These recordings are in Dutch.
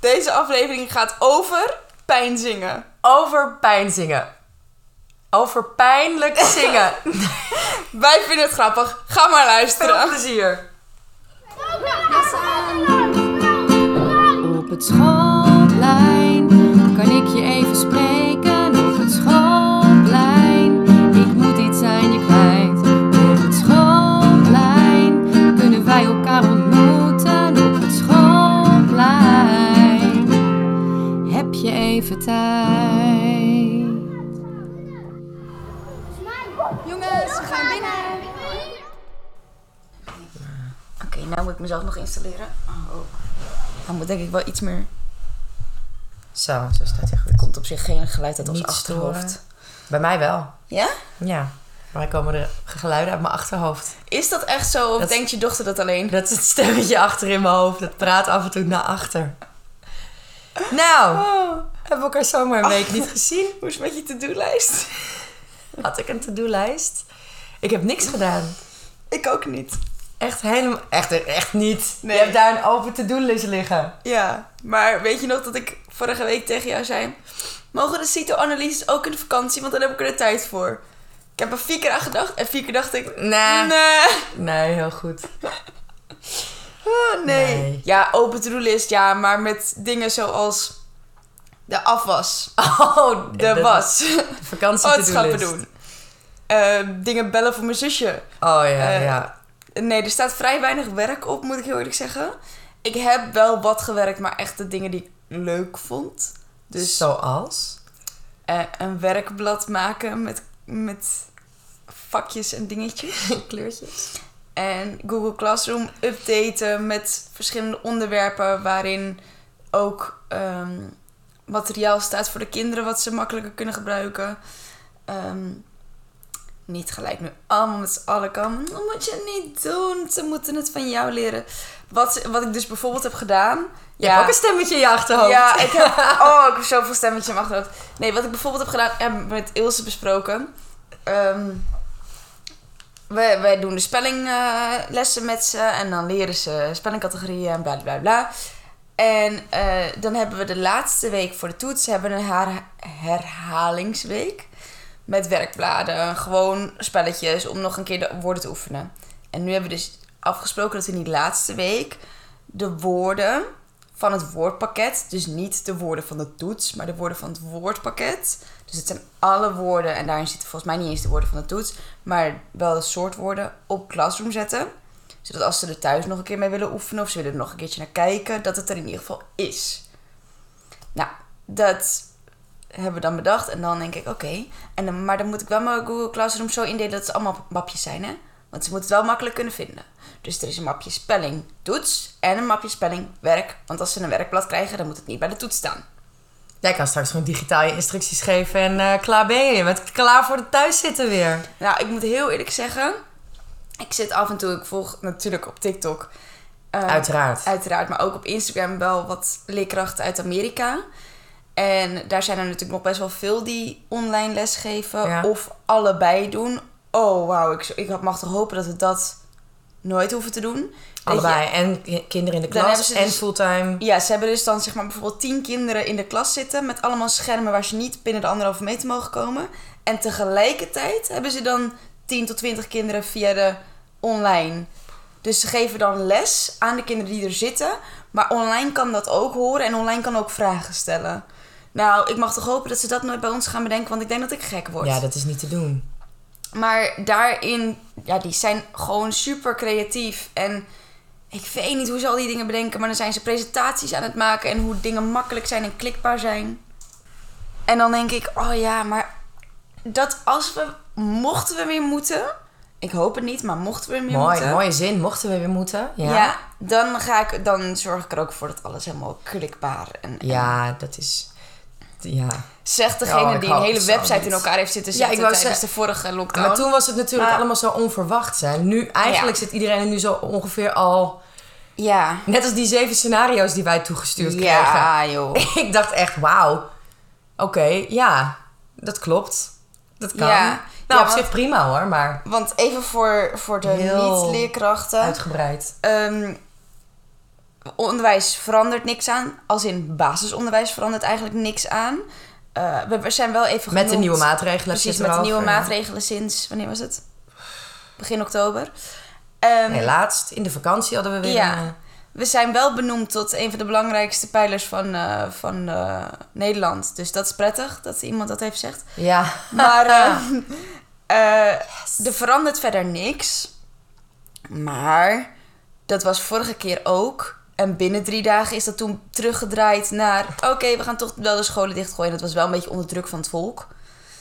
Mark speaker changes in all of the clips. Speaker 1: Deze aflevering gaat over pijnzingen.
Speaker 2: Over pijn zingen. Over pijnlijk zingen.
Speaker 1: Wij vinden het grappig. Ga maar
Speaker 2: Veel
Speaker 1: luisteren.
Speaker 2: plezier.
Speaker 3: Op het schoolplein kan ik je even spreken. Op het schoolplein, ik moet iets aan je kwijt. Op het schoolplein kunnen wij elkaar ontmoeten. Op het schoolplein heb je even tijd. Jongens, we gaan binnen.
Speaker 1: Oké, nou moet ik mezelf nog installeren. Oh. Dan moet denk ik wel iets meer...
Speaker 2: Zo, zo staat hij goed.
Speaker 1: Komt op zich geen geluid uit ons
Speaker 2: Niet
Speaker 1: achterhoofd.
Speaker 2: storen. Bij mij wel.
Speaker 1: Ja?
Speaker 2: Ja. Maar komen er geluiden uit mijn achterhoofd.
Speaker 1: Is dat echt zo of
Speaker 2: Dat-
Speaker 1: denkt je dochter dat alleen?
Speaker 2: Dat is het stemmetje achter in mijn hoofd. Dat praat af en toe naar achter. Nou, hebben we elkaar zomaar een week niet gezien.
Speaker 1: Oh. Hoe is het met je to-do-lijst?
Speaker 2: Had ik een to-do-lijst? Ik heb niks gedaan.
Speaker 1: Ik ook niet.
Speaker 2: Echt helemaal... Echt, echt niet.
Speaker 1: Nee.
Speaker 2: Je hebt daar een open to-do-list liggen.
Speaker 1: Ja, maar weet je nog dat ik vorige week tegen jou zei... Mogen de CITO-analyses ook in de vakantie, want dan heb ik er de tijd voor. Ik heb er vier keer aan gedacht en vier keer dacht ik...
Speaker 2: Nee.
Speaker 1: Nee.
Speaker 2: Nee, heel goed.
Speaker 1: Oh, nee.
Speaker 2: Nee.
Speaker 1: Ja, open to-do-list, ja, maar met dingen zoals de afwas,
Speaker 2: Oh,
Speaker 1: de was, Oh,
Speaker 2: Vakantie
Speaker 1: boodschappen
Speaker 2: to-do-list.
Speaker 1: doen, eh, dingen bellen voor mijn zusje.
Speaker 2: Oh ja,
Speaker 1: Eh,
Speaker 2: ja.
Speaker 1: Nee, er staat vrij weinig werk op, moet ik heel eerlijk zeggen. Ik heb wel wat gewerkt, maar echt de dingen die ik leuk vond. Dus
Speaker 2: Zoals?
Speaker 1: eh, een werkblad maken met, met vakjes en dingetjes.
Speaker 2: Kleurtjes.
Speaker 1: En Google Classroom updaten met verschillende onderwerpen waarin ook ehm, materiaal staat voor de kinderen wat ze makkelijker kunnen gebruiken. Ehm, niet gelijk nu allemaal met z'n allen kan. Dat moet je niet doen. Ze moeten het van jou leren. Wat, ze- wat ik dus bijvoorbeeld heb gedaan.
Speaker 2: Je hebt ook een stemmetje in je achterhoofd.
Speaker 1: Ja, ik heb, oh, ik heb zoveel stemmetje in mijn achterhoofd. Nee, wat ik bijvoorbeeld heb gedaan, heb met Ilse besproken. Ehm, wij, wij doen de spellinglessen met ze en dan leren ze spellingcategorieën en bla bla bla. En eh, dan hebben we de laatste week voor de toets hebben we een haar- herhalingsweek. Met werkbladen, gewoon spelletjes om nog een keer de woorden te oefenen. En nu hebben we dus afgesproken dat we in die laatste week de woorden van het woordpakket, dus niet de woorden van de toets, maar de woorden van het woordpakket. Dus het zijn alle woorden, en daarin zitten volgens mij niet eens de woorden van de toets, maar wel de soort woorden op Classroom zetten. Zodat als ze er thuis nog een keer mee willen oefenen of ze willen er nog een keertje naar kijken, dat het er in ieder geval is. Nou, dat hebben we dan bedacht. En dan denk ik, oké. en dan- Maar dan moet ik wel mijn Google Classroom zo indelen dat ze allemaal mapjes zijn, hè? Want ze moeten het wel makkelijk kunnen vinden. Dus er is een mapje spelling toets en een mapje spelling werk. Want als ze een werkblad krijgen, dan moet het niet bij de toets staan.
Speaker 2: Jij kan straks gewoon digitaal je instructies geven en eh, klaar ben je. Je bent klaar voor het thuiszitten weer.
Speaker 1: Nou, ik moet heel eerlijk zeggen. Ik zit af en toe, ik volg natuurlijk op TikTok. eh,
Speaker 2: Uiteraard.
Speaker 1: Uiteraard, maar ook op Instagram wel wat leerkrachten uit Amerika. En daar zijn er natuurlijk nog best wel veel die online les geven
Speaker 2: Ja.
Speaker 1: of allebei doen. Oh, wauw, ik, ik had- mag toch hopen dat we dat nooit hoeven te doen.
Speaker 2: Allebei. En ki- kinderen in de
Speaker 1: Dan
Speaker 2: klas
Speaker 1: hebben ze
Speaker 2: en
Speaker 1: dus-
Speaker 2: fulltime.
Speaker 1: Ja, ze hebben dus dan zeg maar bijvoorbeeld tien kinderen in de klas zitten met allemaal schermen waar ze niet binnen de anderhalve meter mogen komen. En tegelijkertijd hebben ze dan 10 tot 20 kinderen via de online. Dus ze geven dan les aan de kinderen die er zitten. Maar online kan dat ook horen en online kan ook vragen stellen. Nou, ik mag toch hopen dat ze dat nooit bij ons gaan bedenken, want ik denk dat ik gek word.
Speaker 2: Ja, dat is niet te doen.
Speaker 1: Maar daarin, ja, die zijn gewoon super creatief. En ik weet niet hoe ze al die dingen bedenken, maar dan zijn ze presentaties aan het maken en hoe dingen makkelijk zijn en klikbaar zijn. En dan denk ik, oh ja, maar dat als we, mochten we weer moeten, ik hoop het niet, maar mochten we weer
Speaker 2: Mooi,
Speaker 1: moeten.
Speaker 2: mooie zin. Mochten we weer moeten. Ja.
Speaker 1: Ja. dan ga ik, dan zorg ik er ook voor dat alles helemaal klikbaar en, en-
Speaker 2: Ja, dat is... Ja.
Speaker 1: Zegt degene
Speaker 2: Oh, ik
Speaker 1: die een
Speaker 2: hou
Speaker 1: hele
Speaker 2: het zo
Speaker 1: website in
Speaker 2: niet.
Speaker 1: elkaar heeft zitten
Speaker 2: Ja,
Speaker 1: zetten
Speaker 2: ik wou
Speaker 1: tijdens de
Speaker 2: zeggen-
Speaker 1: vorige lockdown.
Speaker 2: Maar toen was het natuurlijk
Speaker 1: Maar-
Speaker 2: allemaal zo onverwacht. Hè. Nu, eigenlijk
Speaker 1: Ja.
Speaker 2: zit iedereen er nu zo ongeveer al...
Speaker 1: Ja.
Speaker 2: Net als die zeven scenario's die wij toegestuurd kregen.
Speaker 1: Ja, joh.
Speaker 2: ik dacht echt, wauw. Oké, ja, dat klopt. Dat kan.
Speaker 1: Ja. Ja,
Speaker 2: Nou, op zich
Speaker 1: want-
Speaker 2: prima hoor, maar
Speaker 1: Want even voor, voor de
Speaker 2: Heel
Speaker 1: niet-leerkrachten.
Speaker 2: uitgebreid.
Speaker 1: Ehm, onderwijs verandert niks aan. Als in basisonderwijs verandert eigenlijk niks aan. Eh, we, we zijn wel even
Speaker 2: Met de
Speaker 1: genoemd.
Speaker 2: nieuwe maatregelen.
Speaker 1: Precies,
Speaker 2: zitten
Speaker 1: met de
Speaker 2: erover,
Speaker 1: nieuwe
Speaker 2: ja.
Speaker 1: maatregelen sinds... Wanneer was het? Begin oktober. Ehm,
Speaker 2: Nee, laatst in de vakantie hadden we weer.
Speaker 1: Ja.
Speaker 2: een, eh,
Speaker 1: we zijn wel benoemd tot een van de belangrijkste pijlers van, eh, van eh, Nederland. Dus dat is prettig dat iemand dat heeft gezegd.
Speaker 2: ja.
Speaker 1: Maar eh, eh, er verandert verder niks. Maar dat was vorige keer ook. En binnen drie dagen is dat toen teruggedraaid naar... Oké, we gaan toch wel de scholen dichtgooien. Dat was wel een beetje onder druk van het volk.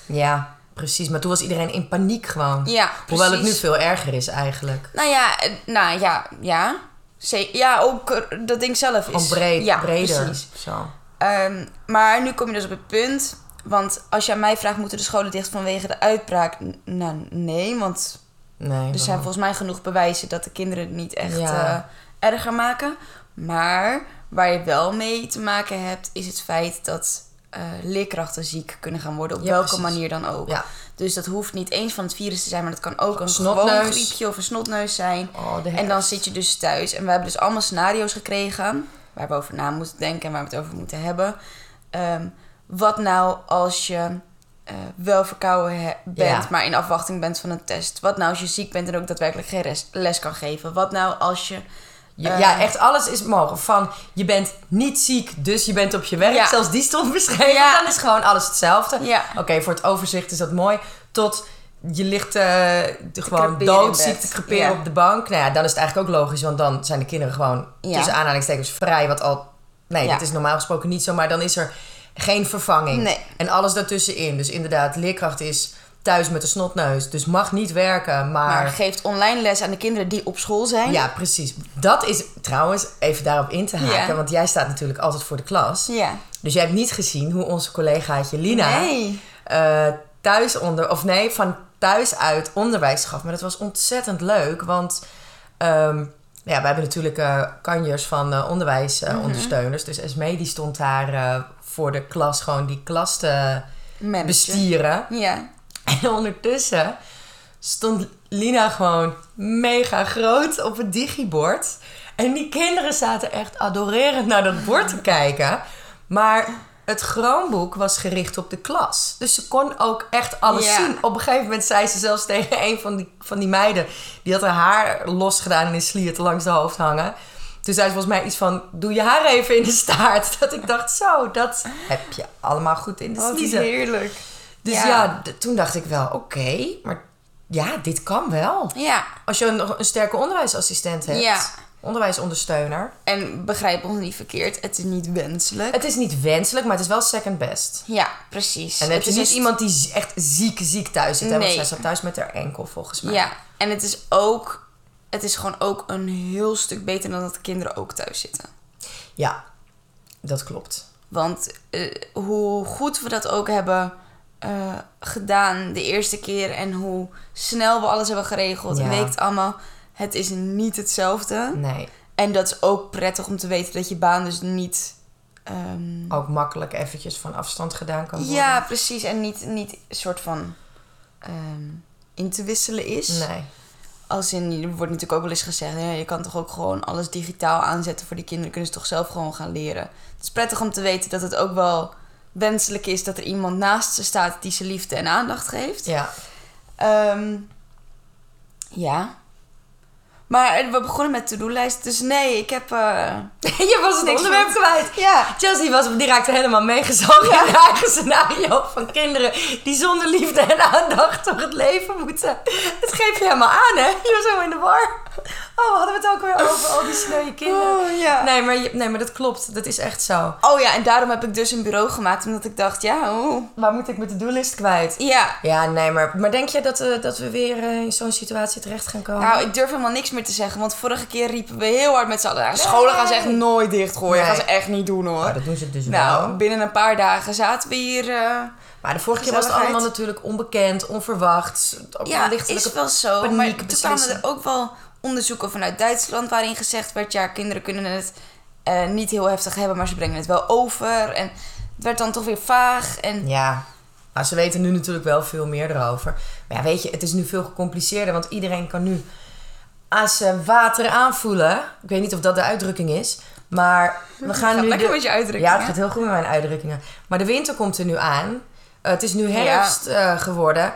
Speaker 2: ja, precies. Maar toen was iedereen in paniek gewoon.
Speaker 1: Ja, precies.
Speaker 2: Hoewel het nu veel erger is eigenlijk.
Speaker 1: Nou ja, eh, nou ja, ja. Ze- Ja, ook eh, dat ding zelf
Speaker 2: Gewoon
Speaker 1: is...
Speaker 2: breed,
Speaker 1: ja,
Speaker 2: breder.
Speaker 1: precies.
Speaker 2: Zo.
Speaker 1: Ehm, maar nu kom je dus op het punt. Want als je aan mij vraagt, moeten de scholen dicht vanwege de uitbraak? N- nou, nee. Want
Speaker 2: Nee.
Speaker 1: Dus er zijn volgens mij genoeg bewijzen dat de kinderen het niet echt
Speaker 2: Ja.
Speaker 1: eh, erger maken. Maar waar je wel mee te maken hebt, is het feit dat eh, leerkrachten ziek kunnen gaan worden. Op
Speaker 2: Ja,
Speaker 1: welke
Speaker 2: precies.
Speaker 1: manier dan ook.
Speaker 2: Ja.
Speaker 1: Dus dat hoeft niet eens van het virus te zijn, maar dat kan ook een gewoon
Speaker 2: Snotneus.
Speaker 1: griepje of een snotneus zijn.
Speaker 2: Oh, de
Speaker 1: En dan zit je dus thuis. En we hebben dus allemaal scenario's gekregen. Waar we over na moeten denken en waar we het over moeten hebben. Ehm, wat nou als je eh, wel verkouden he- bent,
Speaker 2: Ja.
Speaker 1: maar in afwachting bent van een test? Wat nou als je ziek bent en ook daadwerkelijk geen res- les kan geven? Wat nou als je.
Speaker 2: Ja,
Speaker 1: Eh,
Speaker 2: ja, echt alles is mogelijk. Van je bent niet ziek, dus je bent op je werk.
Speaker 1: Ja.
Speaker 2: Zelfs die stond beschreven.
Speaker 1: Ja.
Speaker 2: Dan is gewoon alles hetzelfde.
Speaker 1: Ja.
Speaker 2: Oké, voor het overzicht is dat mooi. Tot je ligt eh, de- gewoon
Speaker 1: creperen in
Speaker 2: doodziek
Speaker 1: bed.
Speaker 2: te
Speaker 1: Ja.
Speaker 2: creperen op de bank. Nou ja, dan is het eigenlijk ook logisch. Want dan zijn de kinderen gewoon
Speaker 1: Ja.
Speaker 2: tussen aanhalingstekens vrij. Wat al... Nee,
Speaker 1: Ja.
Speaker 2: dat is normaal gesproken niet zo. Maar dan is er geen vervanging.
Speaker 1: Nee.
Speaker 2: En alles daartussenin. Dus inderdaad, leerkracht is thuis met een snotneus. Dus mag niet werken,
Speaker 1: Maar geeft online les aan de kinderen die op school zijn.
Speaker 2: ja, precies. Dat is trouwens, even daarop in te haken,
Speaker 1: Ja.
Speaker 2: want jij staat natuurlijk altijd voor de klas.
Speaker 1: Ja.
Speaker 2: Dus jij hebt niet gezien hoe onze collegaatje Lina
Speaker 1: Nee.
Speaker 2: eh, thuis onder, of nee, van thuis uit onderwijs gaf. Maar dat was ontzettend leuk, want ehm, ja, we hebben natuurlijk eh kanjers van eh,
Speaker 1: Mhm.
Speaker 2: onderwijsondersteuners. Dus Esme die stond daar eh, voor de klas gewoon die klas te
Speaker 1: Manager.
Speaker 2: bestieren.
Speaker 1: Ja.
Speaker 2: En ondertussen stond Lina gewoon mega groot op het digibord. En die kinderen zaten echt adorerend naar dat bord te kijken. Maar het Chromebook was gericht op de klas. Dus ze kon ook echt alles
Speaker 1: Ja.
Speaker 2: zien. Op een gegeven moment zei ze zelfs tegen een van die, van die meiden... die had haar haar losgedaan en in sliert langs de hoofd hangen... Toen zei ze volgens mij iets van, doe je haar even in de staart. Dat ik dacht, zo, dat heb je allemaal goed in de sliezen.
Speaker 1: heerlijk.
Speaker 2: Dus ja,
Speaker 1: Ja.
Speaker 2: d- toen dacht ik wel, oké, maar ja, dit kan wel.
Speaker 1: Ja.
Speaker 2: Als je een, een sterke onderwijsassistent hebt,
Speaker 1: Ja.
Speaker 2: onderwijsondersteuner.
Speaker 1: En begrijp ons niet verkeerd, het is niet wenselijk.
Speaker 2: Het is niet wenselijk, maar het is wel second best.
Speaker 1: Ja, precies.
Speaker 2: En het is niet
Speaker 1: dus-
Speaker 2: iemand die z- echt ziek, ziek thuis zit. hè, Want
Speaker 1: Nee.
Speaker 2: zij zat thuis met haar enkel, volgens mij.
Speaker 1: Ja, en het is ook... Het is gewoon ook een heel stuk beter dan dat de kinderen ook thuis zitten.
Speaker 2: Ja, dat klopt.
Speaker 1: Want eh, hoe goed we dat ook hebben eh, gedaan de eerste keer... en hoe snel we alles hebben geregeld
Speaker 2: Ja.
Speaker 1: en weet het allemaal... het is niet hetzelfde.
Speaker 2: Nee,
Speaker 1: En dat is ook prettig om te weten dat je baan dus niet... ehm,
Speaker 2: ook makkelijk eventjes van afstand gedaan kan worden.
Speaker 1: ja, precies. En niet, niet een soort van ehm, in te wisselen is.
Speaker 2: Nee.
Speaker 1: Als in, er wordt natuurlijk ook wel eens gezegd, hè, je kan toch ook gewoon alles digitaal aanzetten voor die kinderen, kunnen ze toch zelf gewoon gaan leren. Het is prettig om te weten dat het ook wel wenselijk is dat er iemand naast ze staat die ze liefde en aandacht geeft.
Speaker 2: Ja,
Speaker 1: Ehm, ja. Maar eh, we begonnen met to-do-lijst, dus nee, ik heb... eh,
Speaker 2: je was het
Speaker 1: Niks
Speaker 2: onderwerp
Speaker 1: met-
Speaker 2: kwijt.
Speaker 1: ja.
Speaker 2: Chelsea was, die raakte helemaal meegezogen in haar eigen scenario van kinderen die zonder liefde en aandacht door het leven moeten. Het geeft je helemaal aan, hè? Je was helemaal in de war. Oh, we hadden we het ook weer over al die sneuwe kinderen.
Speaker 1: Oh, ja.
Speaker 2: Nee maar, je- nee, maar dat klopt. Dat is echt zo.
Speaker 1: oh ja, en daarom heb ik dus een bureau gemaakt, omdat ik dacht, ja, oeh.
Speaker 2: Waar moet ik met de doellist kwijt?
Speaker 1: Ja,
Speaker 2: Ja, nee, maar, maar denk je dat, eh, dat we weer eh, in zo'n situatie terecht gaan komen?
Speaker 1: Nou, ik durf helemaal niks meer te zeggen, want vorige keer riepen we heel hard met z'n allen. "Nou, Scholen gaan ze echt nooit dichtgooien.
Speaker 2: Nee.
Speaker 1: Gaan ze echt niet doen hoor.
Speaker 2: Maar dat doen ze dus wel.
Speaker 1: nou, binnen een paar dagen zaten we hier. eh,
Speaker 2: Maar de vorige keer was het
Speaker 1: Gezelligheid.
Speaker 2: allemaal natuurlijk onbekend, onverwacht.
Speaker 1: ja,
Speaker 2: lichtelijke
Speaker 1: is wel zo.
Speaker 2: paniek,
Speaker 1: maar toen kwamen
Speaker 2: beslissen.
Speaker 1: er ook wel onderzoeken vanuit Duitsland waarin gezegd werd: ja, kinderen kunnen het eh, niet heel heftig hebben, maar ze brengen het wel over. En het werd dan toch weer vaag. En
Speaker 2: Ja, maar ze weten nu natuurlijk wel veel meer erover. Maar ja, weet je, het is nu veel gecompliceerder, want iedereen kan nu aan zijn water aanvoelen. Ik weet niet of dat de uitdrukking is. Maar we gaan
Speaker 1: Gaat
Speaker 2: nu...
Speaker 1: lekker
Speaker 2: de-
Speaker 1: met je uitdrukken.
Speaker 2: ja, het gaat heel goed met mijn uitdrukkingen. Maar de winter komt er nu aan. Eh, het is nu herfst eh, geworden.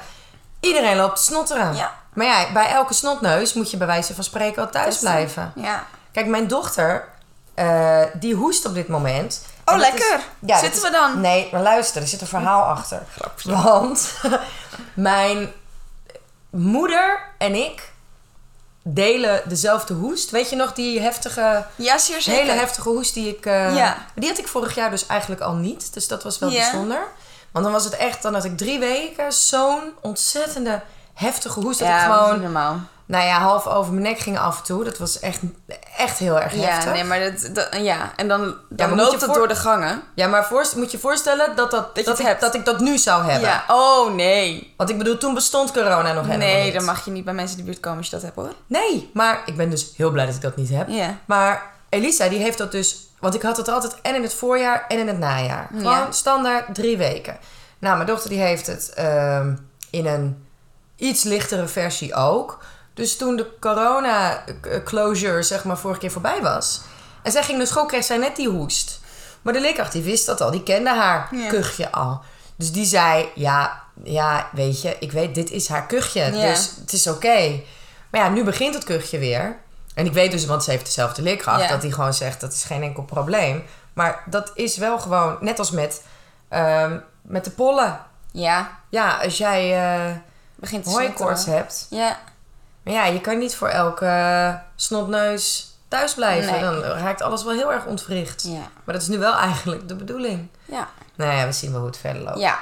Speaker 2: Iedereen loopt snotteren.
Speaker 1: Ja.
Speaker 2: Maar ja, bij elke snotneus moet je bij wijze van spreken al thuis blijven.
Speaker 1: Ja.
Speaker 2: Kijk, mijn dochter, eh, die hoest op dit moment.
Speaker 1: Oh,
Speaker 2: En dat is-
Speaker 1: lekker.
Speaker 2: ja, dat
Speaker 1: Zitten
Speaker 2: is-
Speaker 1: we dan?
Speaker 2: Nee, maar luister, er zit een verhaal achter. Want mijn moeder en ik delen dezelfde hoest. Weet je nog die heftige,
Speaker 1: Ja, zeer zeker.
Speaker 2: hele heftige hoest die ik... eh,
Speaker 1: Ja.
Speaker 2: Die had ik vorig jaar dus eigenlijk al niet. Dus dat was wel
Speaker 1: Ja.
Speaker 2: bijzonder. Want dan was het echt, dan had ik drie weken zo'n ontzettende heftige hoest. Dat
Speaker 1: ja,
Speaker 2: ik
Speaker 1: dat is
Speaker 2: gewoon,
Speaker 1: niet normaal.
Speaker 2: nou ja, half over mijn nek ging af en toe. Dat was echt, echt heel erg heftig.
Speaker 1: Ja, nee, maar dat, dat- ja. En dan,
Speaker 2: maar
Speaker 1: dan
Speaker 2: moet je
Speaker 1: loopt het
Speaker 2: voor-
Speaker 1: door de gangen.
Speaker 2: Ja, maar voorst- moet je je voorstellen dat, dat,
Speaker 1: je
Speaker 2: dat,
Speaker 1: het
Speaker 2: ik,
Speaker 1: hebt.
Speaker 2: dat ik dat nu zou hebben.
Speaker 1: Ja. Oh, nee.
Speaker 2: Want ik bedoel, toen bestond corona nog helemaal
Speaker 1: Nee,
Speaker 2: niet.
Speaker 1: dan mag je niet bij mensen in de buurt komen als je dat hebt, hoor.
Speaker 2: Nee, maar ik ben dus heel blij dat ik dat niet heb.
Speaker 1: Ja.
Speaker 2: Maar Elisa, die heeft dat dus... Want ik had het altijd en in het voorjaar en in het najaar. Gewoon
Speaker 1: Ja.
Speaker 2: standaard drie weken. Nou, mijn dochter die heeft het ehm, in een iets lichtere versie ook. Dus toen de corona-closure, zeg maar, vorige keer voorbij was... En zij ging naar school, kreeg zij net die hoest. Maar de leerkracht, die wist dat al. Die kende haar
Speaker 1: Ja.
Speaker 2: kuchje al. Dus die zei, ja, ja, weet je, ik weet, dit is haar kuchje.
Speaker 1: Ja.
Speaker 2: Dus het is oké. Maar ja, nu begint het kuchje weer. En ik weet dus, want ze heeft dezelfde leerkracht,
Speaker 1: Ja.
Speaker 2: dat die gewoon zegt dat is geen enkel probleem. Maar dat is wel gewoon, net als met, ehm, met de pollen.
Speaker 1: Ja.
Speaker 2: Ja, als jij eh
Speaker 1: Begint te
Speaker 2: hooikoorts
Speaker 1: snotteren.
Speaker 2: hebt.
Speaker 1: Ja.
Speaker 2: Maar ja, je kan niet voor elke eh, snotneus thuis blijven.
Speaker 1: Nee.
Speaker 2: Dan raakt alles wel heel erg ontwricht.
Speaker 1: Ja.
Speaker 2: Maar dat is nu wel eigenlijk de bedoling.
Speaker 1: Ja.
Speaker 2: Nou ja, we zien wel hoe het verder loopt.
Speaker 1: Ja.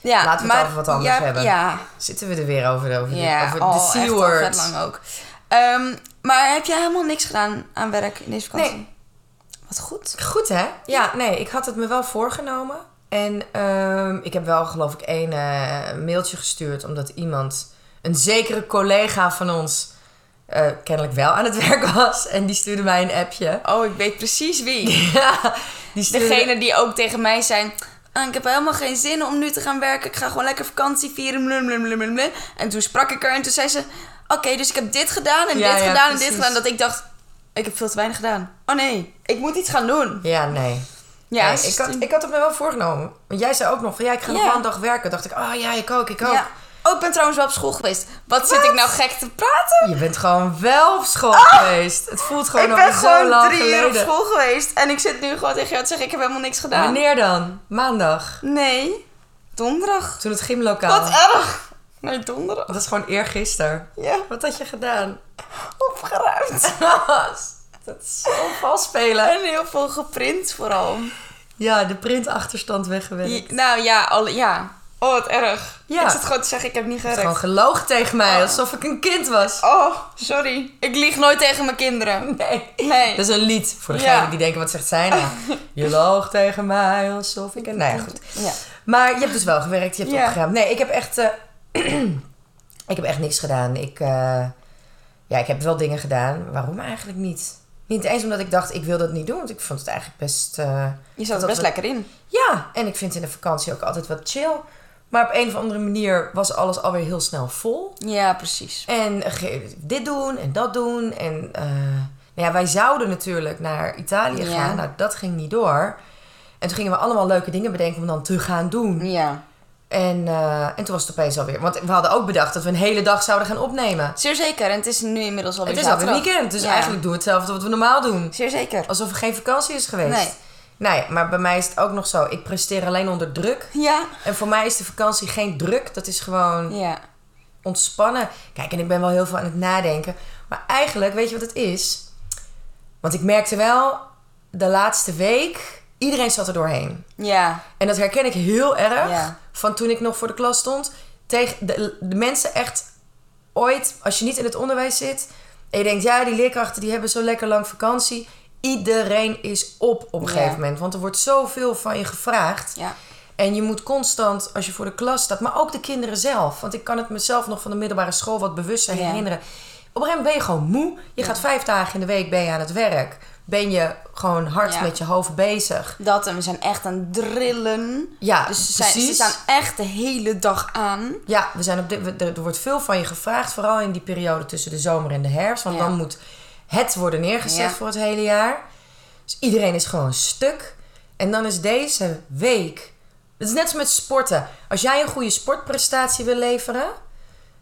Speaker 1: ja.
Speaker 2: Oh. Laten we het
Speaker 1: maar,
Speaker 2: over wat anders
Speaker 1: ja,
Speaker 2: hebben.
Speaker 1: Ja.
Speaker 2: Zitten we er weer over, over,
Speaker 1: Ja,
Speaker 2: de, over
Speaker 1: al
Speaker 2: de
Speaker 1: echt al
Speaker 2: C-word?
Speaker 1: vet lang ook. Ehm, maar heb jij helemaal niks gedaan aan werk in deze vakantie?
Speaker 2: Nee.
Speaker 1: Wat goed.
Speaker 2: Goed, hè? Ja, nee, ik had het me wel voorgenomen. En ehm, ik heb wel, geloof ik, één eh, mailtje gestuurd. Omdat iemand, een zekere collega van ons, eh, kennelijk wel aan het werk was. En die stuurde mij een appje.
Speaker 1: Oh, ik weet precies wie.
Speaker 2: Ja, die stuurde...
Speaker 1: Oh. Degene die ook tegen mij zijn. "Ah, ik heb helemaal geen zin om nu te gaan werken. Ik ga gewoon lekker vakantie vieren. blum, blum, blum, blum, blum." En toen sprak ik haar en toen zei ze... Oké, dus ik heb dit gedaan en
Speaker 2: Ja,
Speaker 1: dit
Speaker 2: ja,
Speaker 1: gedaan en
Speaker 2: precies.
Speaker 1: dit gedaan. Dat ik dacht, ik heb veel te weinig gedaan. Oh nee, ik moet iets gaan doen.
Speaker 2: Ja, nee.
Speaker 1: Ja,
Speaker 2: Nee,
Speaker 1: ze
Speaker 2: ik, had,
Speaker 1: stuurde-
Speaker 2: ik had het me wel voorgenomen. Want jij zei ook nog van, ja, ik ga nog
Speaker 1: Ja.
Speaker 2: wel een dag werken. dacht ik, oh ja, ik ook, ik ook.
Speaker 1: Ja. Oh, ik ben trouwens wel op school geweest. Wat, zit ik nou gek te praten?
Speaker 2: Je bent gewoon wel op school geweest. Het voelt gewoon
Speaker 1: Oh! ik
Speaker 2: alweer
Speaker 1: ben
Speaker 2: zo
Speaker 1: gewoon
Speaker 2: lang
Speaker 1: drie
Speaker 2: geleden.
Speaker 1: uur op school geweest. En ik zit nu gewoon tegen jou te zeggen, ik heb helemaal niks gedaan.
Speaker 2: Wanneer dan? Maandag.
Speaker 1: Nee, donderdag.
Speaker 2: Toen het gymlokaal.
Speaker 1: Wat erg. Nee, donderdag.
Speaker 2: Dat is gewoon eergisteren.
Speaker 1: Ja,
Speaker 2: Wat had je gedaan?
Speaker 1: opgeruimd.
Speaker 2: dat is zo vals spelen.
Speaker 1: En heel veel geprint vooral.
Speaker 2: Ja, de printachterstand weggewerkt. Je
Speaker 1: Je- nou ja, alle, ja. Oh, wat erg.
Speaker 2: Ja.
Speaker 1: Ik zit gewoon te zeggen, ik heb niet
Speaker 2: hebt gewoon
Speaker 1: gewerkt.
Speaker 2: gelogen tegen mij,
Speaker 1: Oh.
Speaker 2: alsof ik een kind was.
Speaker 1: Oh, sorry. Ik lieg nooit tegen mijn kinderen.
Speaker 2: Nee.
Speaker 1: Oh, Nee.
Speaker 2: Dat is een lied voor degenen
Speaker 1: Ja.
Speaker 2: die denken, wat zegt zij nou? Je loog tegen mij, alsof ik... een- Nou ja, goed.
Speaker 1: Ja.
Speaker 2: Maar je hebt dus wel gewerkt, je hebt
Speaker 1: Ja.
Speaker 2: opgeruimd. Nee, ik heb echt... eh, ik heb echt niks gedaan. Ik, eh, ja, ik heb wel dingen gedaan. Waarom eigenlijk niet? Niet eens omdat ik dacht, ik wil dat niet doen. Want ik vond het eigenlijk best... eh,
Speaker 1: Je zat
Speaker 2: Dat
Speaker 1: er best
Speaker 2: we-
Speaker 1: lekker in.
Speaker 2: ja, en ik vind in de vakantie ook altijd wat chill. Maar op een of andere manier was alles alweer heel snel vol.
Speaker 1: Ja, precies.
Speaker 2: En eh, ge- dit doen en dat doen. En eh, nou ja, wij zouden natuurlijk naar Italië
Speaker 1: Ja.
Speaker 2: gaan. Nou, dat ging niet door. En toen gingen we allemaal leuke dingen bedenken om dan te gaan doen.
Speaker 1: Ja.
Speaker 2: En, eh, en toen was het opeens alweer. Want we hadden ook bedacht dat we een hele dag zouden gaan opnemen.
Speaker 1: Zeer zeker. En het is nu inmiddels alweer
Speaker 2: Het is alweer
Speaker 1: zaterdag.
Speaker 2: weekend. Dus
Speaker 1: Ja.
Speaker 2: eigenlijk doen we hetzelfde wat we normaal doen.
Speaker 1: Zeer zeker.
Speaker 2: Alsof er geen vakantie is geweest.
Speaker 1: Nee.
Speaker 2: Nee, maar bij mij is het ook nog zo. Ik presteer alleen onder druk.
Speaker 1: Ja.
Speaker 2: En voor mij is de vakantie geen druk. Dat is gewoon
Speaker 1: Ja.
Speaker 2: ontspannen. Kijk, en ik ben wel heel veel aan het nadenken. Maar eigenlijk, weet je wat het is? Want ik merkte wel, de laatste week, iedereen zat er doorheen.
Speaker 1: Ja.
Speaker 2: En dat herken ik heel erg
Speaker 1: Ja.
Speaker 2: van toen ik nog voor de klas stond. Tegen de, de mensen echt ooit, als je niet in het onderwijs zit... en je denkt, ja, die leerkrachten die hebben zo lekker lang vakantie... iedereen is op op een
Speaker 1: Ja.
Speaker 2: gegeven moment. Want er wordt zoveel van je gevraagd.
Speaker 1: Ja.
Speaker 2: En je moet constant, als je voor de klas staat, maar ook de kinderen zelf. Want ik kan het mezelf nog van de middelbare school wat bewuster
Speaker 1: Ja.
Speaker 2: herinneren. Op een gegeven moment ben je gewoon moe. Je gaat vijf dagen in de week ben je aan het werk. Ben je gewoon hard
Speaker 1: Ja.
Speaker 2: met je hoofd bezig.
Speaker 1: Dat en we zijn echt aan het drillen.
Speaker 2: Ja,
Speaker 1: Dus ze, zijn,
Speaker 2: precies.
Speaker 1: ze staan echt de hele dag aan.
Speaker 2: Ja, we zijn op dit, we- er er wordt veel van je gevraagd. Vooral in die periode tussen de zomer en de herfst. Want
Speaker 1: Ja.
Speaker 2: dan moet het worden neergezet
Speaker 1: Ja.
Speaker 2: voor het hele jaar. Dus iedereen is gewoon stuk. En dan is deze week. Het is net als met sporten. Als jij een goede sportprestatie wil leveren,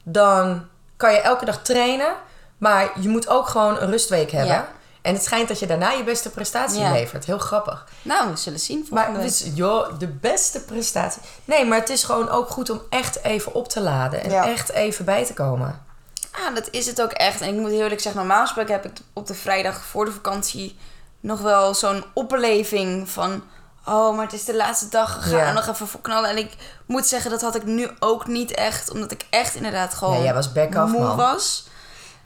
Speaker 2: dan kan je elke dag trainen. Maar je moet ook gewoon een rustweek hebben.
Speaker 1: Ja.
Speaker 2: En het schijnt dat je daarna je beste prestatie
Speaker 1: Ja.
Speaker 2: levert. Heel grappig.
Speaker 1: Nou, we zullen zien volgende
Speaker 2: Maar
Speaker 1: week.
Speaker 2: het is, joh, de beste prestatie. Nee, maar het is gewoon ook goed om echt even op te laden. En
Speaker 1: Ja.
Speaker 2: echt even bij te komen.
Speaker 1: Ja, dat is het ook echt. En ik moet heel eerlijk zeggen, normaal gesproken heb ik op de vrijdag voor de vakantie nog wel zo'n opbeleving van... Oh, maar het is de laatste dag gegaan,
Speaker 2: Ja.
Speaker 1: nog even voor knallen. En ik moet zeggen, dat had ik nu ook niet echt. Omdat ik echt inderdaad gewoon
Speaker 2: Nee, jij was back off,
Speaker 1: moe
Speaker 2: man.
Speaker 1: was.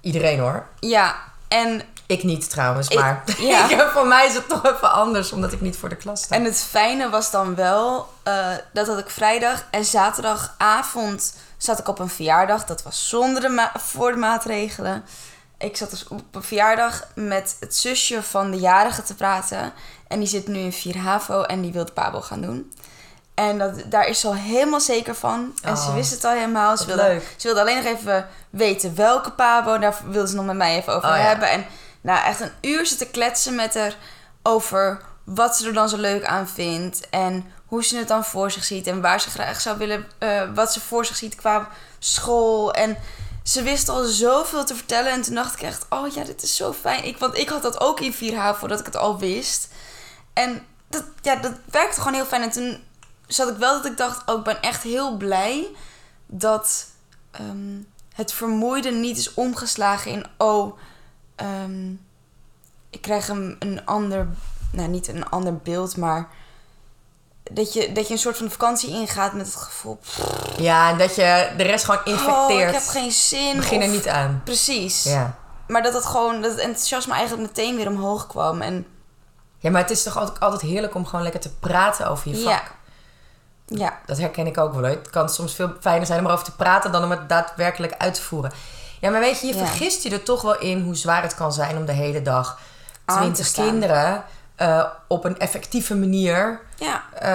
Speaker 2: Iedereen hoor.
Speaker 1: Ja, en,
Speaker 2: Ik niet trouwens,
Speaker 1: Ik-
Speaker 2: maar
Speaker 1: ja.
Speaker 2: ik heb- voor mij is het toch even anders, omdat ik niet voor de klas sta.
Speaker 1: en het fijne was dan wel, eh, dat had ik vrijdag en zaterdagavond zat ik op een verjaardag. Dat was zonder de ma- voor de maatregelen. Ik zat dus op een verjaardag met het zusje van de jarige te praten. En die zit nu in 4 HAVO en die wil de pabo gaan doen. En dat, daar is ze al helemaal zeker van. En ze
Speaker 2: Oh,
Speaker 1: wist het al helemaal. Ze
Speaker 2: wat
Speaker 1: wilde,
Speaker 2: leuk.
Speaker 1: ze wilde alleen nog even weten welke pabo. Daar wilde ze nog met mij even over
Speaker 2: Oh, ja.
Speaker 1: hebben. En nou, echt een uur zitten kletsen met haar over wat ze er dan zo leuk aan vindt. En hoe ze het dan voor zich ziet. En waar ze graag zou willen... eh, wat ze voor zich ziet qua school. En ze wist al zoveel te vertellen. En toen dacht ik echt, oh ja, dit is zo fijn. Ik, want ik had dat ook in 4 h voordat ik het al wist. En dat, ja, dat werkte gewoon heel fijn. En toen zat ik wel dat ik dacht, oh, ik ben echt heel blij dat ehm, het vermoeide niet is omgeslagen in, oh, ehm, ik krijg een, een ander, nou niet een ander beeld, maar dat je, dat je een soort van vakantie ingaat met het gevoel,
Speaker 2: Ja, en dat je de rest gewoon
Speaker 1: oh,
Speaker 2: infecteert.
Speaker 1: ik heb geen zin.
Speaker 2: Begin er
Speaker 1: of-
Speaker 2: niet aan.
Speaker 1: Precies.
Speaker 2: Ja.
Speaker 1: Maar dat het gewoon, dat het enthousiasme eigenlijk meteen weer omhoog kwam. En
Speaker 2: ja, maar het is toch altijd, altijd heerlijk om gewoon lekker te praten over je vak.
Speaker 1: Ja. ja,
Speaker 2: Dat herken ik ook wel. hoor. Het kan soms veel fijner zijn om erover te praten dan om het daadwerkelijk uit te voeren. Ja, maar weet je, je
Speaker 1: Ja.
Speaker 2: vergist je er toch wel in hoe zwaar het kan zijn om de hele dag
Speaker 1: Aan te
Speaker 2: 20
Speaker 1: staan.
Speaker 2: kinderen eh, op een effectieve manier
Speaker 1: ja,
Speaker 2: eh,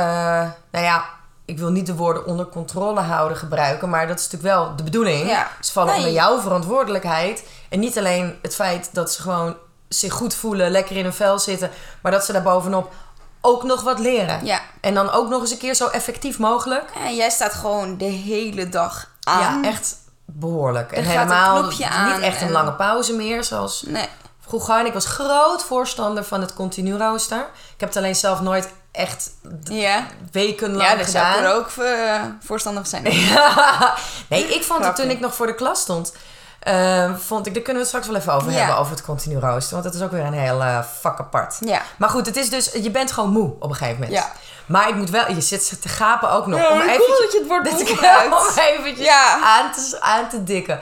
Speaker 2: nou ja, ik wil niet de woorden onder controle houden gebruiken, maar dat is natuurlijk wel de bedoeling.
Speaker 1: Ja.
Speaker 2: Ze vallen
Speaker 1: Nee.
Speaker 2: onder jouw verantwoordelijkheid. En niet alleen het feit dat ze gewoon zich goed voelen, lekker in hun vel zitten, maar dat ze daarbovenop ook nog wat leren.
Speaker 1: ja.
Speaker 2: En dan ook nog eens een keer zo effectief mogelijk.
Speaker 1: En jij staat gewoon de hele dag aan.
Speaker 2: Ja, Ah, echt behoorlijk. En
Speaker 1: Er gaat een
Speaker 2: helemaal
Speaker 1: knopje
Speaker 2: niet
Speaker 1: aan
Speaker 2: echt een
Speaker 1: en-
Speaker 2: lange pauze meer, zoals
Speaker 1: Nee.
Speaker 2: vroeger. En ik was groot voorstander van het continu rooster. Ik heb het alleen zelf nooit echt
Speaker 1: Ja.
Speaker 2: wekenlang
Speaker 1: Ja, daar
Speaker 2: gedaan.
Speaker 1: zou ik er ook eh, voorstander van zijn.
Speaker 2: Ja. nee, ik vond het
Speaker 1: Grapje.
Speaker 2: toen ik nog voor de klas stond. eh, vond ik, daar kunnen we het straks wel even over
Speaker 1: Ja.
Speaker 2: hebben, over het continu rooster. Want dat is ook weer een heel eh vak apart.
Speaker 1: Ja.
Speaker 2: Maar goed, het is dus, je bent gewoon moe op een gegeven moment.
Speaker 1: Ja.
Speaker 2: Maar ik moet wel, je zit te gapen ook nog. om
Speaker 1: ik
Speaker 2: eventjes,
Speaker 1: voel dat je het woord
Speaker 2: dat
Speaker 1: moe
Speaker 2: ik-
Speaker 1: gebruikt.
Speaker 2: om eventjes
Speaker 1: Ja.
Speaker 2: aan, te, aan te dikken.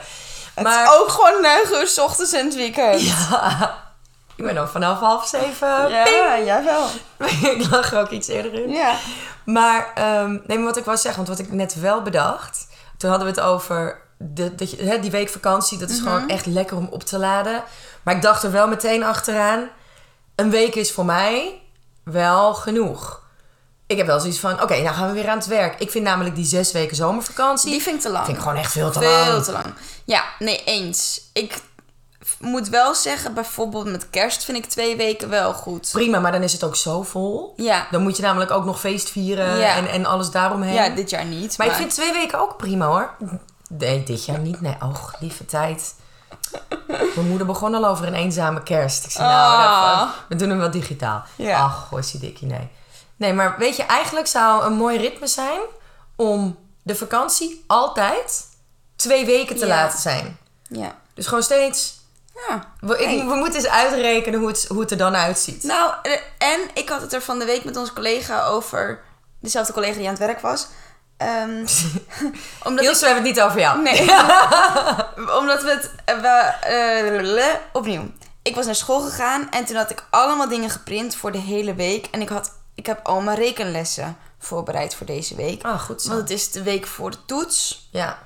Speaker 1: Het is Eh, ook gewoon negen uur 's ochtends en het weekend. Ja,
Speaker 2: ik ben al vanaf half zeven.
Speaker 1: jawel.
Speaker 2: ik lag er ook iets eerder in.
Speaker 1: Ja.
Speaker 2: Maar, ehm, nee, maar wat ik wou zeggen, want wat ik net wel bedacht. Toen hadden we het over de, dat je, hè, die week vakantie. Dat is
Speaker 1: Mhm.
Speaker 2: gewoon echt lekker om op te laden. Maar ik dacht er wel meteen achteraan. Een week is voor mij wel genoeg. Ik heb wel zoiets van, oké, nou gaan we weer aan het werk. Ik vind namelijk die zes weken zomervakantie...
Speaker 1: Die vind ik te lang.
Speaker 2: vind ik gewoon echt veel te lang.
Speaker 1: Veel te lang. Ja, nee, eens. Ik f- moet wel zeggen, bijvoorbeeld met kerst vind ik twee weken wel goed.
Speaker 2: Prima, maar dan is het ook zo vol.
Speaker 1: Ja.
Speaker 2: Dan moet je namelijk ook nog feest vieren
Speaker 1: Ja.
Speaker 2: en, en alles daaromheen.
Speaker 1: Ja, dit jaar niet.
Speaker 2: Maar ik vind twee weken ook prima hoor. Nee, dit jaar niet. Nee, oh, lieve tijd. Mijn moeder begon al over een eenzame kerst. Ik zei, nou,
Speaker 1: Ah.
Speaker 2: dat- we doen hem wel digitaal.
Speaker 1: Ja.
Speaker 2: Ach, goh, is die dikkie, nee. Nee, maar weet je, eigenlijk zou een mooi ritme zijn om de vakantie altijd twee weken te
Speaker 1: Ja.
Speaker 2: laten zijn.
Speaker 1: Ja.
Speaker 2: Dus gewoon steeds...
Speaker 1: ja.
Speaker 2: We, ik-
Speaker 1: Nee.
Speaker 2: we moeten eens uitrekenen hoe het, hoe het er dan uitziet.
Speaker 1: Nou, eh, en ik had het er van de week met onze collega over... Dezelfde collega die aan het werk was. Ehm, omdat
Speaker 2: Niels, we hebben het niet over jou.
Speaker 1: Nee. Omdat we het... eh, we, eh, le- opnieuw. Ik was naar school gegaan en toen had ik allemaal dingen geprint voor de hele week. En ik, had, ik heb al mijn rekenlessen voorbereid voor deze week.
Speaker 2: Ah, goed zo.
Speaker 1: Want het is de week voor de toets.
Speaker 2: Ja.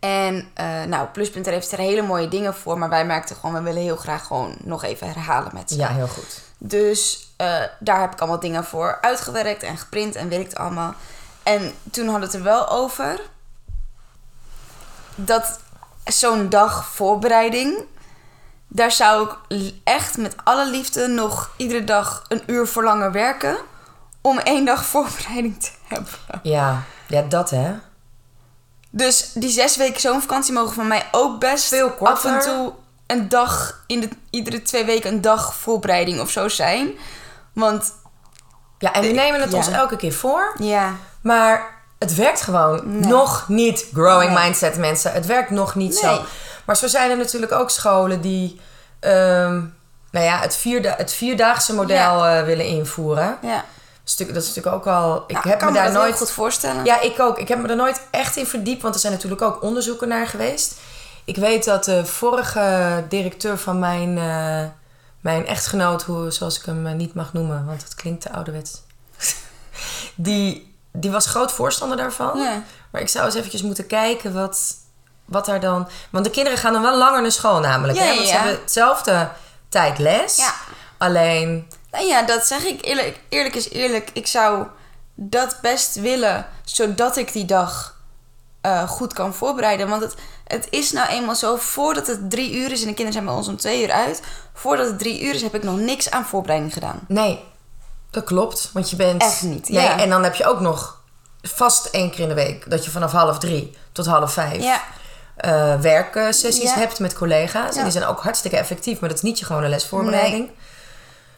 Speaker 1: En eh, nou, Pluspunt er heeft er hele mooie dingen voor. Maar wij merkten gewoon, we willen heel graag gewoon nog even herhalen met ze.
Speaker 2: ja, heel goed.
Speaker 1: Dus eh, daar heb ik allemaal dingen voor uitgewerkt en geprint en weet ik het allemaal. En toen hadden we het er wel over dat zo'n dag voorbereiding Daar zou ik l- echt met alle liefde nog iedere dag een uur voor langer werken. Om één dag voorbereiding te hebben.
Speaker 2: Ja, ja dat hè.
Speaker 1: Dus die zes weken zomervakantie mogen van mij ook best
Speaker 2: Veel korter.
Speaker 1: af en toe een dag, in de, iedere twee weken een dag voorbereiding of zo zijn. Want
Speaker 2: Ja, en we nemen het
Speaker 1: ja.
Speaker 2: ons elke keer voor.
Speaker 1: ja,
Speaker 2: Maar het werkt gewoon nog niet. Growing mindset, mensen. Het werkt nog niet
Speaker 1: Nee.
Speaker 2: zo. Maar zo zijn er natuurlijk ook scholen die ehm, nou ja, het, vierda het vierdaagse model eh, willen invoeren.
Speaker 1: ja.
Speaker 2: Stuk, dat is natuurlijk ook al. Ik
Speaker 1: Nou,
Speaker 2: heb
Speaker 1: kan
Speaker 2: me daar
Speaker 1: dat heel
Speaker 2: nooit.
Speaker 1: goed voorstellen.
Speaker 2: Ja, ik ook. Ik heb me er nooit echt in verdiept, want er zijn natuurlijk ook onderzoeken naar geweest. Ik weet dat de vorige directeur van mijn, eh, mijn echtgenoot, hoe, zoals ik hem eh, niet mag noemen, want dat klinkt te ouderwets. die, die was groot voorstander daarvan.
Speaker 1: Ja.
Speaker 2: Maar ik zou eens eventjes moeten kijken wat, wat daar dan... Want de kinderen gaan dan wel langer naar school namelijk.
Speaker 1: Ja,
Speaker 2: hè? Want ze
Speaker 1: ja.
Speaker 2: hebben hetzelfde tijd les.
Speaker 1: Ja.
Speaker 2: Alleen,
Speaker 1: Nou ja, dat zeg ik eerlijk. Eerlijk is eerlijk. Ik zou dat best willen, zodat ik die dag eh, goed kan voorbereiden. Want het, het is nou eenmaal zo, voordat het drie uur is... en de kinderen zijn bij ons om twee uur uit... voordat het drie uur is, heb ik nog niks aan voorbereiding gedaan.
Speaker 2: Nee, dat klopt. Want je bent.
Speaker 1: Echt niet,
Speaker 2: Nee,
Speaker 1: ja.
Speaker 2: en dan heb je ook nog vast één keer in de week dat je vanaf half drie tot half vijf
Speaker 1: Ja.
Speaker 2: eh, werksessies
Speaker 1: Ja.
Speaker 2: hebt met collega's. En
Speaker 1: Ja.
Speaker 2: die zijn ook hartstikke effectief, maar dat is niet je gewone lesvoorbereiding.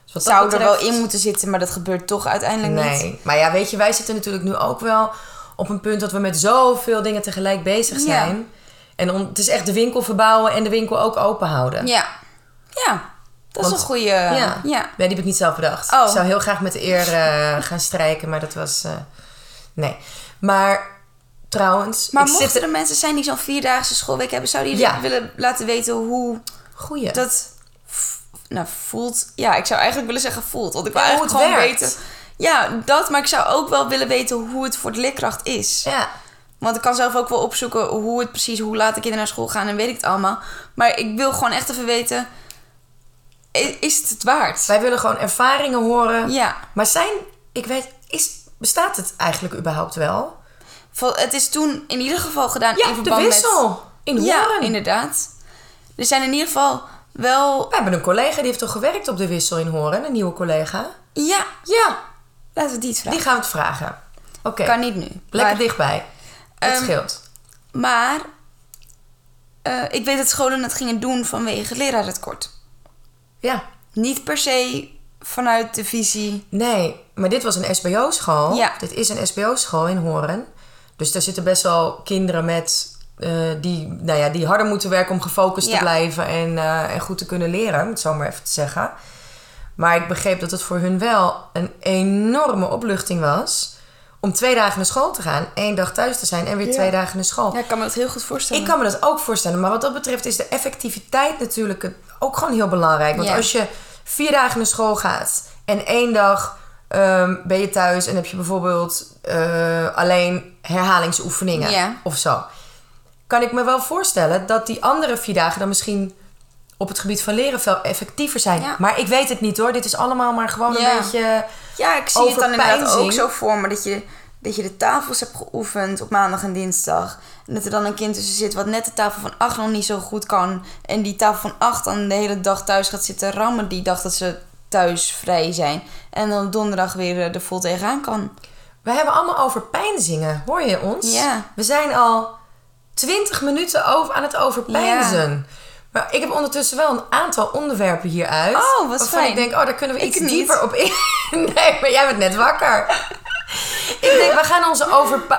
Speaker 2: Dus wat dat
Speaker 1: Zou er
Speaker 2: betreft-
Speaker 1: wel in moeten zitten, maar dat gebeurt toch uiteindelijk niet.
Speaker 2: Nee, maar ja, weet je, wij zitten natuurlijk nu ook wel op een punt dat we met zoveel dingen tegelijk bezig
Speaker 1: Ja.
Speaker 2: zijn. En om, het is echt de winkel verbouwen en de winkel ook open houden.
Speaker 1: Ja. Ja. Dat
Speaker 2: Want-
Speaker 1: is een goede...
Speaker 2: Ja.
Speaker 1: ja.
Speaker 2: Nee, die heb ik niet zelf bedacht.
Speaker 1: Oh.
Speaker 2: Ik zou heel graag met de eer eh, gaan strijken, maar dat was... eh, nee. Maar trouwens...
Speaker 1: Maar
Speaker 2: ik
Speaker 1: mochten
Speaker 2: zit...
Speaker 1: er mensen zijn die zo'n vierdaagse schoolweek hebben... zouden jullie
Speaker 2: Ja.
Speaker 1: willen laten weten hoe
Speaker 2: Goeie.
Speaker 1: dat v- nou, voelt... Ja, ik zou eigenlijk willen zeggen voelt. Want ik wil
Speaker 2: Ja, hoe
Speaker 1: eigenlijk
Speaker 2: het
Speaker 1: gewoon
Speaker 2: werkt.
Speaker 1: weten... Ja, dat. Maar ik zou ook wel willen weten hoe het voor de leerkracht is.
Speaker 2: Ja.
Speaker 1: Want ik kan zelf ook wel opzoeken hoe het precies... hoe laat de kinderen naar school gaan en weet ik het allemaal. Maar ik wil gewoon echt even weten... i- Is het het waard?
Speaker 2: Wij willen gewoon ervaringen horen.
Speaker 1: Ja.
Speaker 2: Maar zijn... Ik weet... Is, bestaat het eigenlijk überhaupt wel?
Speaker 1: Vol- Het is toen in ieder geval gedaan in
Speaker 2: de
Speaker 1: verband
Speaker 2: wissel.
Speaker 1: met...
Speaker 2: In Horen.
Speaker 1: Ja, inderdaad. Er zijn in ieder geval wel...
Speaker 2: We hebben een collega die heeft toch gewerkt op de wissel in Horen? Een nieuwe collega?
Speaker 1: Ja,
Speaker 2: Ja.
Speaker 1: laten we die eens vragen.
Speaker 2: Die gaan we het vragen. Oké.
Speaker 1: Kan niet nu.
Speaker 2: Lekker
Speaker 1: maar,
Speaker 2: dichtbij. Het
Speaker 1: Ehm,
Speaker 2: scheelt.
Speaker 1: Maar eh, ik weet dat scholen het gingen doen vanwege lerarentekort.
Speaker 2: Ja.
Speaker 1: Niet per se vanuit de visie.
Speaker 2: Nee, maar dit was een SBO-school.
Speaker 1: Ja.
Speaker 2: Dit is een SBO-school in Horen. Dus daar zitten best wel kinderen met... eh, die, nou ja, die harder moeten werken om gefocust te
Speaker 1: Ja.
Speaker 2: blijven... En, eh, en goed te kunnen leren, om het zo maar even te zeggen. Maar ik begreep dat het voor hun wel een enorme opluchting was... om twee dagen naar school te gaan, één dag thuis te zijn... en weer twee dagen naar school.
Speaker 1: Ja, ik kan me dat heel goed voorstellen.
Speaker 2: Ik kan me dat ook voorstellen. Maar wat dat betreft is de effectiviteit natuurlijk het- ook gewoon heel belangrijk. Want
Speaker 1: Ja.
Speaker 2: als je vier dagen naar school gaat en één dag ehm, ben je thuis en heb je bijvoorbeeld eh, alleen herhalingsoefeningen
Speaker 1: Ja.
Speaker 2: of zo. Kan ik me wel voorstellen dat die andere vier dagen dan misschien op het gebied van leren veel effectiever zijn.
Speaker 1: Ja.
Speaker 2: Maar ik weet het niet hoor. Dit is allemaal maar gewoon
Speaker 1: Ja.
Speaker 2: een beetje.
Speaker 1: ja, ik zie het dan inderdaad
Speaker 2: overpeinzing.
Speaker 1: ook zo voor me. Dat je, dat je de tafels hebt geoefend op maandag en dinsdag. En dat er dan een kind tussen zit wat net de tafel van 8 nog niet zo goed kan. En die tafel van 8 dan de hele dag thuis gaat zitten rammen. Die dag dat ze thuis vrij zijn. En dan op donderdag weer eh, er vol tegenaan kan.
Speaker 2: We hebben allemaal over pijnzingen. Hoor je ons?
Speaker 1: Ja.
Speaker 2: We zijn al twintig minuten over aan het overpijnzen. Maar ik heb ondertussen wel een aantal onderwerpen hieruit.
Speaker 1: Oh, wat
Speaker 2: waarvan
Speaker 1: fijn.
Speaker 2: ik denk, oh, daar kunnen we
Speaker 1: Ik
Speaker 2: iets
Speaker 1: niet.
Speaker 2: dieper op in. Nee, maar jij bent net wakker. ik denk, we gaan onze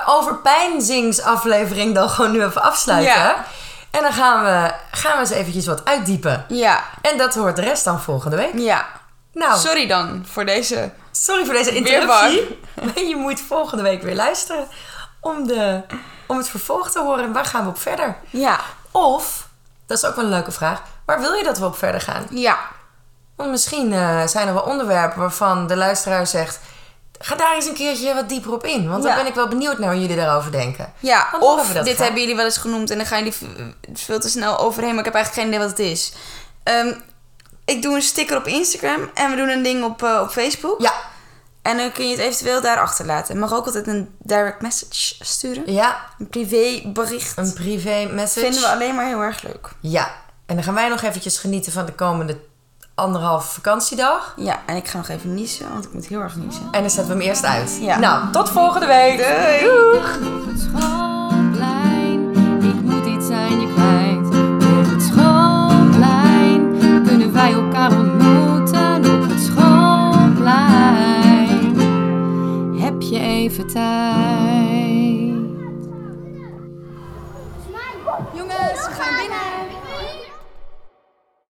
Speaker 2: overp overpijnzingsaflevering dan gewoon nu even afsluiten.
Speaker 1: Ja.
Speaker 2: En dan gaan we, gaan we eens eventjes wat uitdiepen.
Speaker 1: Ja,
Speaker 2: En dat hoort de rest dan volgende week.
Speaker 1: ja.
Speaker 2: Nou,
Speaker 1: Sorry dan voor deze
Speaker 2: Sorry voor deze interruptie. Maar je moet volgende week weer luisteren om, de, om het vervolg te horen. Waar gaan we op verder?
Speaker 1: Ja,
Speaker 2: Of, dat is ook wel een leuke vraag, waar wil je dat we op verder gaan?
Speaker 1: ja.
Speaker 2: Want misschien eh, zijn er wel onderwerpen waarvan de luisteraar zegt... ga daar eens een keertje wat dieper op in. Want
Speaker 1: Ja.
Speaker 2: dan ben ik wel benieuwd naar hoe jullie daarover denken.
Speaker 1: Ja,
Speaker 2: Oh, Dan horen
Speaker 1: of
Speaker 2: we
Speaker 1: dit
Speaker 2: dat graag.
Speaker 1: hebben jullie wel eens genoemd en dan gaan jullie v- veel te snel overheen, maar ik heb eigenlijk geen idee wat het is. Ehm, ik doe een sticker op Instagram en we doen een ding op, eh, op Facebook.
Speaker 2: Ja,
Speaker 1: En dan kun je het eventueel daar achterlaten. Je mag ook altijd een direct message sturen.
Speaker 2: ja,
Speaker 1: Een privébericht.
Speaker 2: een privé message.
Speaker 1: Vinden we alleen maar heel erg leuk.
Speaker 2: Ja, En dan gaan wij nog eventjes genieten van de komende anderhalve vakantiedag.
Speaker 1: Ja, en ik ga nog even niezen, want ik moet heel erg niezen.
Speaker 2: En dan zetten we hem eerst uit.
Speaker 1: Ja.
Speaker 2: Nou, tot volgende week. Doeg.
Speaker 3: Op het schoolplein, ik moet iets aan je kwijt. Op het schoolplein kunnen wij elkaar ontmoeten. Op het schoolplein heb je even tijd.